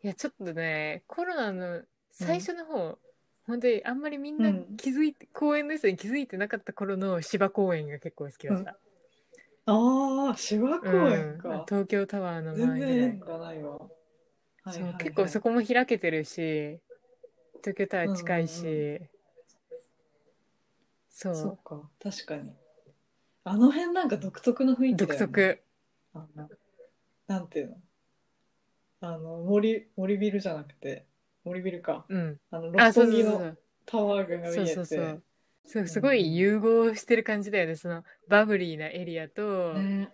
Speaker 2: いやちょっとねコロナの最初の方、本当にあんまりみんな
Speaker 1: うん
Speaker 2: 気づいて、公園の良さに気づいてなかった頃の芝公園が結構好きだった、
Speaker 1: ああ、芝公園か。
Speaker 2: うん東京タワーの
Speaker 1: 全
Speaker 2: 前ぐらい
Speaker 1: 然縁がないわ。
Speaker 2: そう結構そこも開けてるし東京タワー近いし、
Speaker 1: うんう
Speaker 2: そ
Speaker 1: そううか、確かに。あの辺なんか独特の雰囲気だ
Speaker 2: 独
Speaker 1: よ、ね。
Speaker 2: 特
Speaker 1: あの。なんていうのあの、森、森ビルじゃなくて、森ビルか。
Speaker 2: うん
Speaker 1: あの、六
Speaker 2: あそう
Speaker 1: 本
Speaker 2: そう
Speaker 1: 木
Speaker 2: そう
Speaker 1: のタワー群が見
Speaker 2: そう
Speaker 1: え
Speaker 2: そうそ
Speaker 1: て
Speaker 2: う。そうすごい融合してる感じだよねそのバブリーなエリアと、
Speaker 1: ね、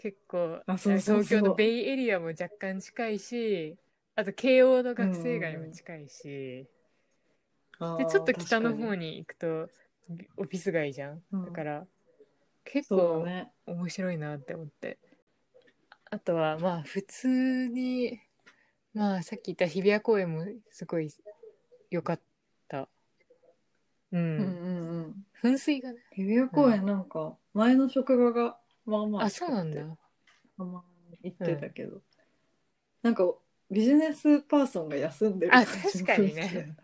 Speaker 2: 結構
Speaker 1: あそうそうそう
Speaker 2: 東京のベイエリアも若干近いしあと慶応の学生街も近いし、
Speaker 1: あ
Speaker 2: で
Speaker 1: ー
Speaker 2: ちょっと北の
Speaker 1: 確か
Speaker 2: 方に行くとオフィス街じゃん、
Speaker 1: うん
Speaker 2: だから結
Speaker 1: そう
Speaker 2: 構
Speaker 1: だね。
Speaker 2: 面白いなって思ってあとはまあ普通にまあさっき言った日比谷公園もすごい良かったう、
Speaker 1: うんんうんうん。
Speaker 2: 噴水がね
Speaker 1: 日比谷公園なんか、前の職場が、まあまあ、
Speaker 2: あそうなんだ
Speaker 1: たまに行ってたけど、なんかビジネスパーソンが休んでる
Speaker 2: あ
Speaker 1: 感じ
Speaker 2: 確
Speaker 1: も
Speaker 2: かにね
Speaker 1: する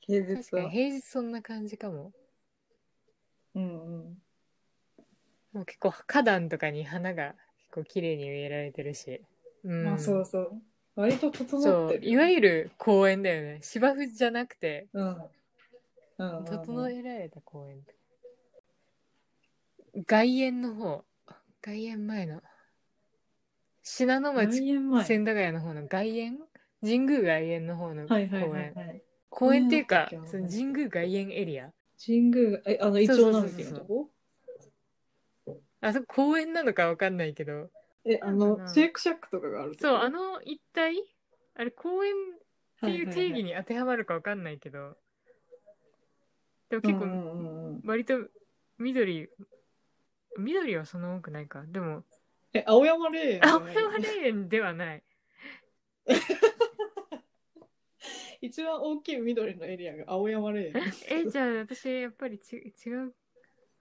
Speaker 1: けど平
Speaker 2: 確
Speaker 1: 日
Speaker 2: かに
Speaker 1: は
Speaker 2: 平日そんな感じかも
Speaker 1: うんうん
Speaker 2: もう結構花壇とかに花が結構綺麗に植えられてるし、うん、
Speaker 1: あそうそう割と整っ
Speaker 2: そ
Speaker 1: て
Speaker 2: う
Speaker 1: る
Speaker 2: いわゆる公園だよね芝生じゃなくて
Speaker 1: うんうん
Speaker 2: 整えられた公園外苑の方外苑前の信濃
Speaker 1: 何
Speaker 2: 町
Speaker 1: 年前
Speaker 2: 千駄ヶ谷の方の外苑神宮外苑の方の公
Speaker 1: はい
Speaker 2: 園、
Speaker 1: はいはいはい
Speaker 2: 公園っていうか
Speaker 1: 公園だっけ
Speaker 2: その神宮外苑エリア
Speaker 1: 神宮えあのイチョウ並木のとこ
Speaker 2: あそこ公園なのかわかんないけど
Speaker 1: えあ
Speaker 2: そうだ
Speaker 1: の
Speaker 2: な
Speaker 1: シェイクシャックとかがある
Speaker 2: そうあ
Speaker 1: の
Speaker 2: の一帯あれ公園っていう定義
Speaker 1: に
Speaker 2: に当てはまるかわかんないけど、でも結構割と緑緑はそんな多くないかでも
Speaker 1: え青山霊園じゃ
Speaker 2: 青
Speaker 1: ない
Speaker 2: 山霊園ではない
Speaker 1: 一番大きい緑のエリアが青山霊園
Speaker 2: えじゃあ私やっぱりち違う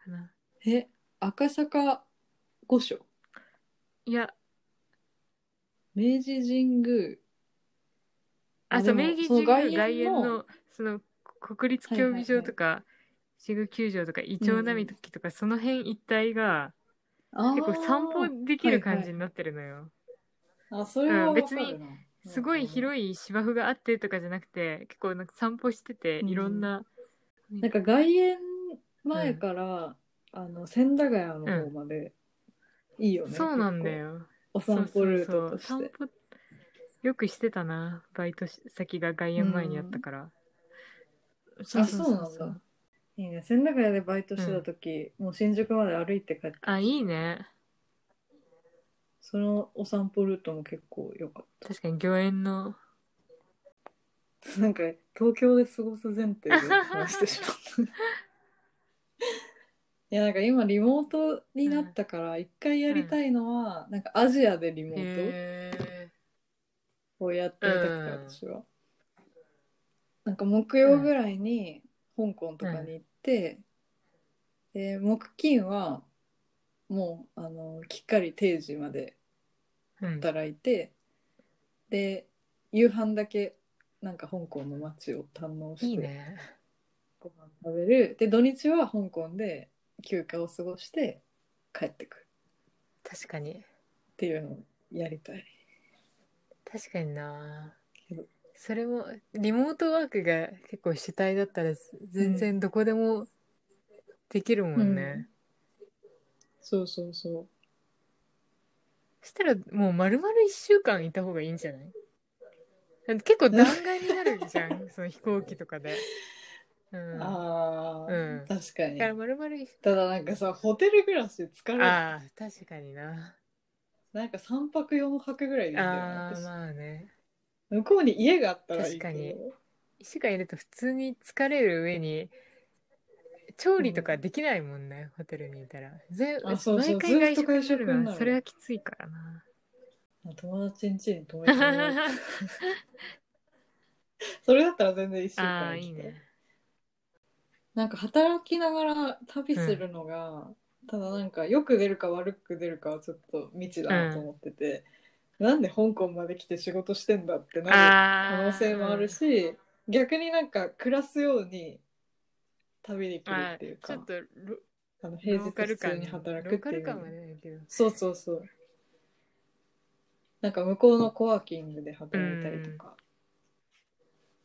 Speaker 2: かな
Speaker 1: え赤坂御所
Speaker 2: いや
Speaker 1: 明治神宮
Speaker 2: あ、そう、
Speaker 1: でも
Speaker 2: 明治
Speaker 1: その
Speaker 2: 神宮
Speaker 1: 外
Speaker 2: 外
Speaker 1: 苑
Speaker 2: 苑
Speaker 1: の
Speaker 2: の、その、国立競技場とか、神宮球場とか、イチョウ並木とか、その辺一帯が、結構散歩できる感じになってるのよ。
Speaker 1: あーあそれは
Speaker 2: うん
Speaker 1: 分
Speaker 2: 別
Speaker 1: か
Speaker 2: に
Speaker 1: るな、
Speaker 2: すごい
Speaker 1: い、
Speaker 2: 広い芝生があってとかじゃなくて、結構なんか散歩してて、
Speaker 1: うん
Speaker 2: いろんな、
Speaker 1: なんか外苑前から、あの千駄ヶ谷の方まで、いいよね
Speaker 2: そうなんだよ。
Speaker 1: 結構お散歩ルートとして
Speaker 2: そうそうそう散歩よくしてたなバイトし先が外苑前にあったから、そ
Speaker 1: あそうなんだいいね千駄ヶ谷でバイトしてた時、もう新宿まで歩いて帰って
Speaker 2: あいいね
Speaker 1: そのお散歩ルートも結構良かっ
Speaker 2: 確かに御苑の
Speaker 1: たなんか東京で過ごす前提で話してしまったい
Speaker 2: <laughs>
Speaker 1: やなんか今リモートになったから一回やりたいのは、なんかアジアでリモート
Speaker 2: へ
Speaker 1: をやってみたくて、
Speaker 2: うん
Speaker 1: 私はなんか木曜ぐらいに香港とかに行って、で木金はもうあのきっかり定時まで
Speaker 2: ーうん
Speaker 1: 働いてで夕飯だけなんか香港の街を堪能して
Speaker 2: いいね
Speaker 1: ご飯食べるで土日は香港で休暇を過ごして帰ってくる
Speaker 2: 確かに
Speaker 1: っていうのをやりたい
Speaker 2: 確かにな
Speaker 1: けど
Speaker 2: それもリモートワークが結構主体だったら全然どこでもできるもんね、
Speaker 1: うんそうそうそ
Speaker 2: そしたらもう丸々1週間いた方がいいんじゃないだって結構弾丸になるじゃ
Speaker 1: <laughs>
Speaker 2: んその飛行機とかで。う
Speaker 1: う、
Speaker 2: ん、だ
Speaker 1: あー、
Speaker 2: うん
Speaker 1: 確かに
Speaker 2: から丸々一
Speaker 1: ただなんかさホテル暮らし疲れる
Speaker 2: ああ確かにな。
Speaker 1: なんか3泊4泊ぐらいでいいんだよ
Speaker 2: ああ
Speaker 1: 私
Speaker 2: まあね。
Speaker 1: 向こうに家があったらいいけど
Speaker 2: 確かに1週間いると普通に疲れる上に調理とかできないもんね、ホテルにいたら。ぜ
Speaker 1: あそうそう
Speaker 2: 毎回外食す
Speaker 1: ずっと外食に
Speaker 2: るの
Speaker 1: な
Speaker 2: は
Speaker 1: る
Speaker 2: それはきついからな。
Speaker 1: 友達ん家に泊めてもら
Speaker 2: <laughs>
Speaker 1: うそれだったら全然1週
Speaker 2: ああ
Speaker 1: 間
Speaker 2: い
Speaker 1: 行き
Speaker 2: い
Speaker 1: たい
Speaker 2: ね。
Speaker 1: なんか働きながら旅するのが、ただなんかよく出るか悪く出るかはちょっと未知だなと思ってて、なんで香港まで来て仕事してんだってなる可
Speaker 2: ああ
Speaker 1: 能性もあるし、逆になんか暮らすように旅でき
Speaker 2: うん
Speaker 1: る
Speaker 2: あ
Speaker 1: っていう
Speaker 2: ちょ
Speaker 1: か
Speaker 2: っとロ
Speaker 1: あの
Speaker 2: ロ
Speaker 1: 平日
Speaker 2: ーカ
Speaker 1: 普
Speaker 2: ル
Speaker 1: 通
Speaker 2: 感
Speaker 1: に働く
Speaker 2: ロ
Speaker 1: っ
Speaker 2: ー
Speaker 1: て
Speaker 2: カ
Speaker 1: い
Speaker 2: ル
Speaker 1: う
Speaker 2: 感はねけど。
Speaker 1: そうそうそうなんか向こうのコワーキングで働いたりとか、っ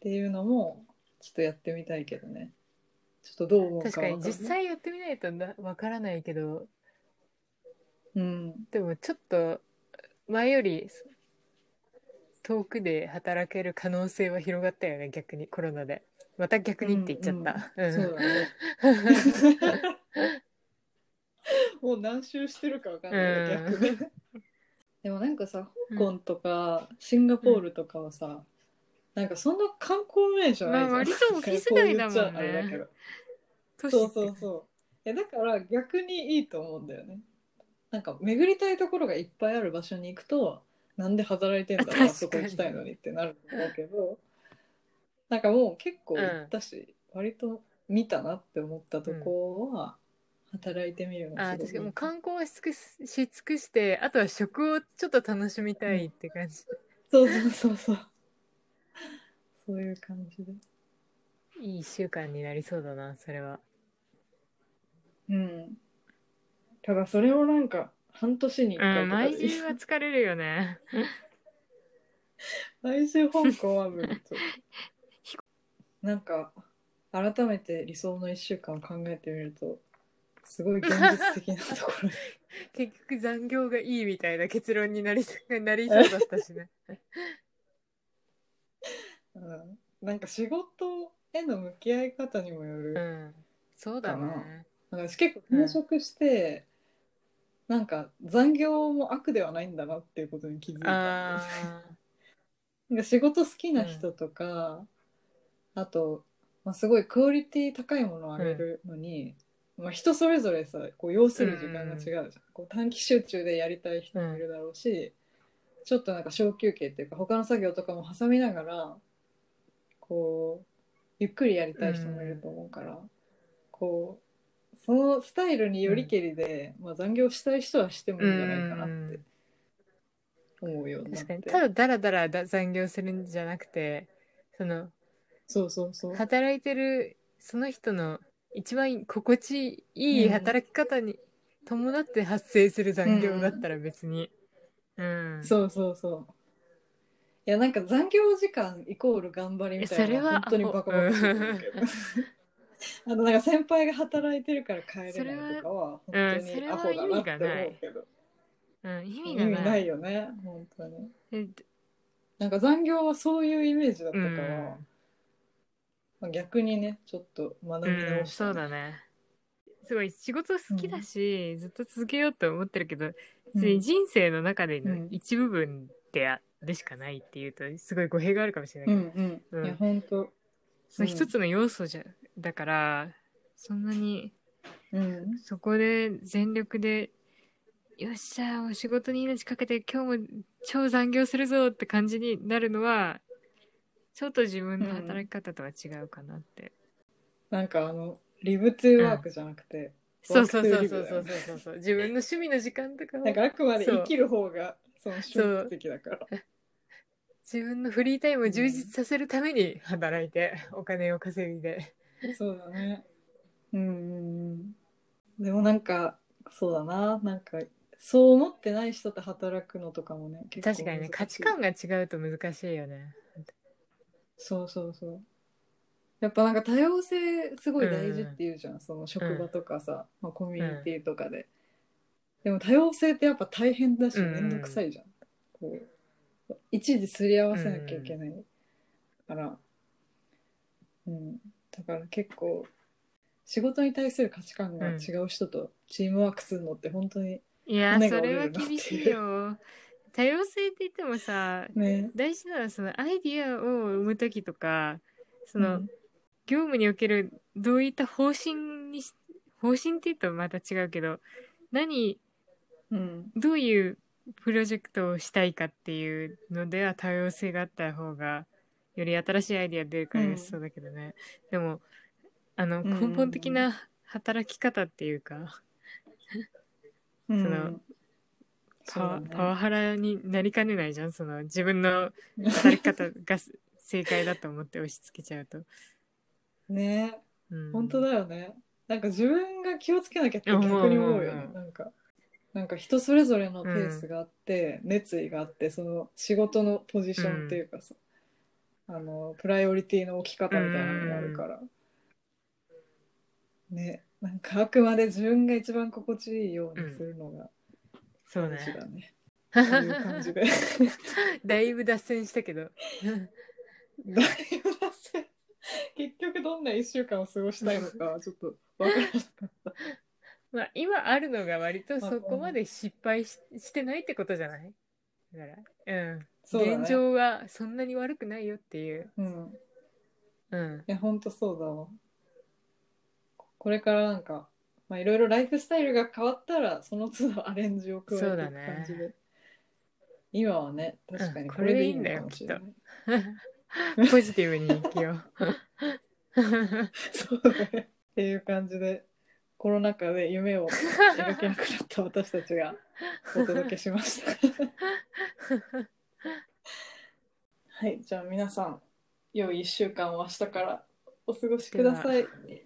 Speaker 1: ていうのもちょっとやってみたいけどねちょっとどう思うかわ
Speaker 2: 確か
Speaker 1: んない
Speaker 2: に実際やってみないとなわからないけど
Speaker 1: うん
Speaker 2: でもちょっと前より遠くで働ける可能性は広がったよね逆にコロナでまた逆にって言っちゃった、うん
Speaker 1: そうだね。もう何周してるかわかんない、
Speaker 2: うん
Speaker 1: 逆に。でもなんかさ、香港とかシンガポールとかはさ、なんかそんな観光名所ないじゃん。
Speaker 2: まあ割とオフィス街だもんね
Speaker 1: なんかこう言っちゃあれだけど
Speaker 2: 都市
Speaker 1: そ
Speaker 2: っ
Speaker 1: う
Speaker 2: て
Speaker 1: そうそう。えだから逆にいいと思うんだよね。なんか巡りたいところがいっぱいある場所に行くと、なんで働いてんだ
Speaker 2: 確
Speaker 1: ろう、
Speaker 2: か
Speaker 1: あ
Speaker 2: に
Speaker 1: そこ行きたいのにってなるんだけど、なんかもう結構行ったし、割と見たなって思ったとこは、働いてみるの
Speaker 2: あ
Speaker 1: が
Speaker 2: ー確かにもう
Speaker 1: い。
Speaker 2: 観光はし尽くすし尽くしてあとは食をちょっと楽しみたいって感じ、
Speaker 1: そうそうそうそう。そういう感じで。
Speaker 2: いい1週間になりそうだなそれは
Speaker 1: うん。ただそれをなんか、半年に一
Speaker 2: う
Speaker 1: 回と
Speaker 2: ん
Speaker 1: か
Speaker 2: 毎
Speaker 1: でいい
Speaker 2: 週は疲れるよね
Speaker 1: 毎週香港は無理となんか改めて理想の1週間を考えてみるとすごい現実的なところに
Speaker 2: <laughs> 結局残業がいいみたいな結論になり <laughs> そうなりそうだったしね
Speaker 1: うん、なんか仕事への向き合い方にもよ
Speaker 2: う
Speaker 1: る、
Speaker 2: んそうだ
Speaker 1: か
Speaker 2: ね
Speaker 1: なんか私結構転職して、なんか残業も悪ではないんだなっていうことに気づいたん
Speaker 2: あ
Speaker 1: です
Speaker 2: あ
Speaker 1: なんか仕事好きな人とか、あと、まあ、すごいクオリティ高いものをあげるのに、まあ、人それぞれさこう要する時間が違うじゃん、こう短期集中でやりたい人もいるだろうし、ちょっとなんか小休憩っていうか他の作業とかも挟みながらこうゆっくりやりたい人もいると思うから、こうそのスタイルによりけりで、まあ、残業したい人はしてもいいんじゃないかなって思うようになって
Speaker 2: 確かに。ただだらだらだ残業するんじゃなくて、その、
Speaker 1: そうそうそう
Speaker 2: 働いてるその人の一番心地いい働き方に伴って発生する残業だったら別に。うん。
Speaker 1: そうそうそういやなんか残業時間イコール頑張りみたいな
Speaker 2: それは
Speaker 1: 本当にバカバカしいと思う
Speaker 2: <laughs>
Speaker 1: けどあのなんか先輩が働いてるから帰れないとかは本
Speaker 2: それは
Speaker 1: 当にアホだなって思うけど、
Speaker 2: うん、意味
Speaker 1: 意
Speaker 2: が
Speaker 1: 味な
Speaker 2: ない。
Speaker 1: いよね本当に
Speaker 2: え
Speaker 1: なんか残業はそういうイメージだった
Speaker 2: う
Speaker 1: から、
Speaker 2: ん。
Speaker 1: まあ、逆にねちょっと学び
Speaker 2: う
Speaker 1: 直
Speaker 2: ん、
Speaker 1: した、
Speaker 2: そうだね。すごい仕事好きだし、ずっと続けようと思ってるけど、別に人生の中で
Speaker 1: うん
Speaker 2: の一部分であでしかないっていうと、すごい語弊があるかもしれないけ
Speaker 1: う
Speaker 2: ど、
Speaker 1: んうん、
Speaker 2: うん
Speaker 1: いや本当
Speaker 2: その一つの要素じゃ、だから、そんなに
Speaker 1: うん
Speaker 2: そこで全力で、よっしゃ、お仕事に命かけて今日も超残業するぞって感じになるのは、ちょっと自分の働き方とは違うかなって。
Speaker 1: なんかあのリブトゥーワークじゃなくて、
Speaker 2: そうそうそうそう
Speaker 1: ワ
Speaker 2: そ
Speaker 1: ー
Speaker 2: う
Speaker 1: ク
Speaker 2: そうそうそう。 <laughs> 自分の趣味の時間とかを
Speaker 1: なんかあくまで生きる方がその
Speaker 2: そう
Speaker 1: 趣味的だから
Speaker 2: 自分のフリータイムを充実させるために働いて、お金を稼いで。
Speaker 1: そうだね。うんうんうん。でもなんか、そうだな。なんか、そう思ってない人と働くのとかもね、結構
Speaker 2: 確かにね、価
Speaker 1: 難し
Speaker 2: 値
Speaker 1: い
Speaker 2: 観が違うと難しいよね。
Speaker 1: そうそうそう。やっぱなんか多様性すごい大事っていうじゃん。その職場とかさ、まあ、コミュニティとかで。でも多様性ってやっぱ大変だし、
Speaker 2: うん
Speaker 1: めんどくさいじゃん。こう、一時すり合わせなきゃいけない。から、うん。だから結構、仕事に対する価値観が違う人とチームワークするのって本当に
Speaker 2: いやー、
Speaker 1: 骨
Speaker 2: そ
Speaker 1: が折
Speaker 2: れ
Speaker 1: れ
Speaker 2: は
Speaker 1: るなっていう
Speaker 2: 厳しいよ。多様性って言ってもさ、
Speaker 1: ね。
Speaker 2: 大事なのはそのアイディアを生む時とか、そ
Speaker 1: うん
Speaker 2: の、業務におけるどういった方針にし、方針って言うとまた違うけど、何、
Speaker 1: うん。
Speaker 2: どういうプロジェクトをしたいかっていうのでは多様性があった方がより新しいアイディア出るから
Speaker 1: うん
Speaker 2: 嬉しそうだけどね、でもあ
Speaker 1: ん
Speaker 2: の
Speaker 1: うんうん
Speaker 2: 根本的な働き方っていうか、
Speaker 1: そ
Speaker 2: そのパワパワハラになりかねないじゃんその自分
Speaker 1: <laughs>
Speaker 2: の働き方が正解だと思って押し付けちゃうと、
Speaker 1: ね。
Speaker 2: うん、
Speaker 1: 本当だよね。なんか自分が気をつけなきゃって
Speaker 2: うん
Speaker 1: 逆に思うよ
Speaker 2: うんう
Speaker 1: ね
Speaker 2: んう。ん
Speaker 1: なんか、なんか人それぞれのペースがあって、熱意があって、その仕事のポジションっていうかさ、あの、プライオリティの置き方みたいなのがあるから。ね、なんかあくまで自分が一番心地いいようにするのが
Speaker 2: そう
Speaker 1: 大事
Speaker 2: ね
Speaker 1: だ
Speaker 2: <laughs>
Speaker 1: ね。という感じで。
Speaker 2: だいぶ脱線したけど
Speaker 1: だいぶ脱線結局どんな1週間を過ごしたいのかはちょっと分からなかった。
Speaker 2: まあ今あるのが割と
Speaker 1: まあ
Speaker 2: そこまで失敗ししてないってことじゃないだからうん
Speaker 1: そうだね
Speaker 2: 現状はそんなに悪くないよっていう。
Speaker 1: うん <laughs>
Speaker 2: うん。
Speaker 1: いや、ほんとそうだわ。これからなんか、まあ、いろいろライフスタイルが変わったら、その都度アレンジを加えてい
Speaker 2: そ
Speaker 1: く
Speaker 2: うだね
Speaker 1: 感じで。今はね、確かに
Speaker 2: うん
Speaker 1: これでいいのかもしれない。
Speaker 2: ポジティブに生きよ
Speaker 1: <laughs>
Speaker 2: <laughs> う。
Speaker 1: そうだね。っていう感じで、コロナ禍で夢を描けなくなった私たち <laughs> がお届けしました。はい、じゃあ皆さん、良い1週間を明日からお過ごしください。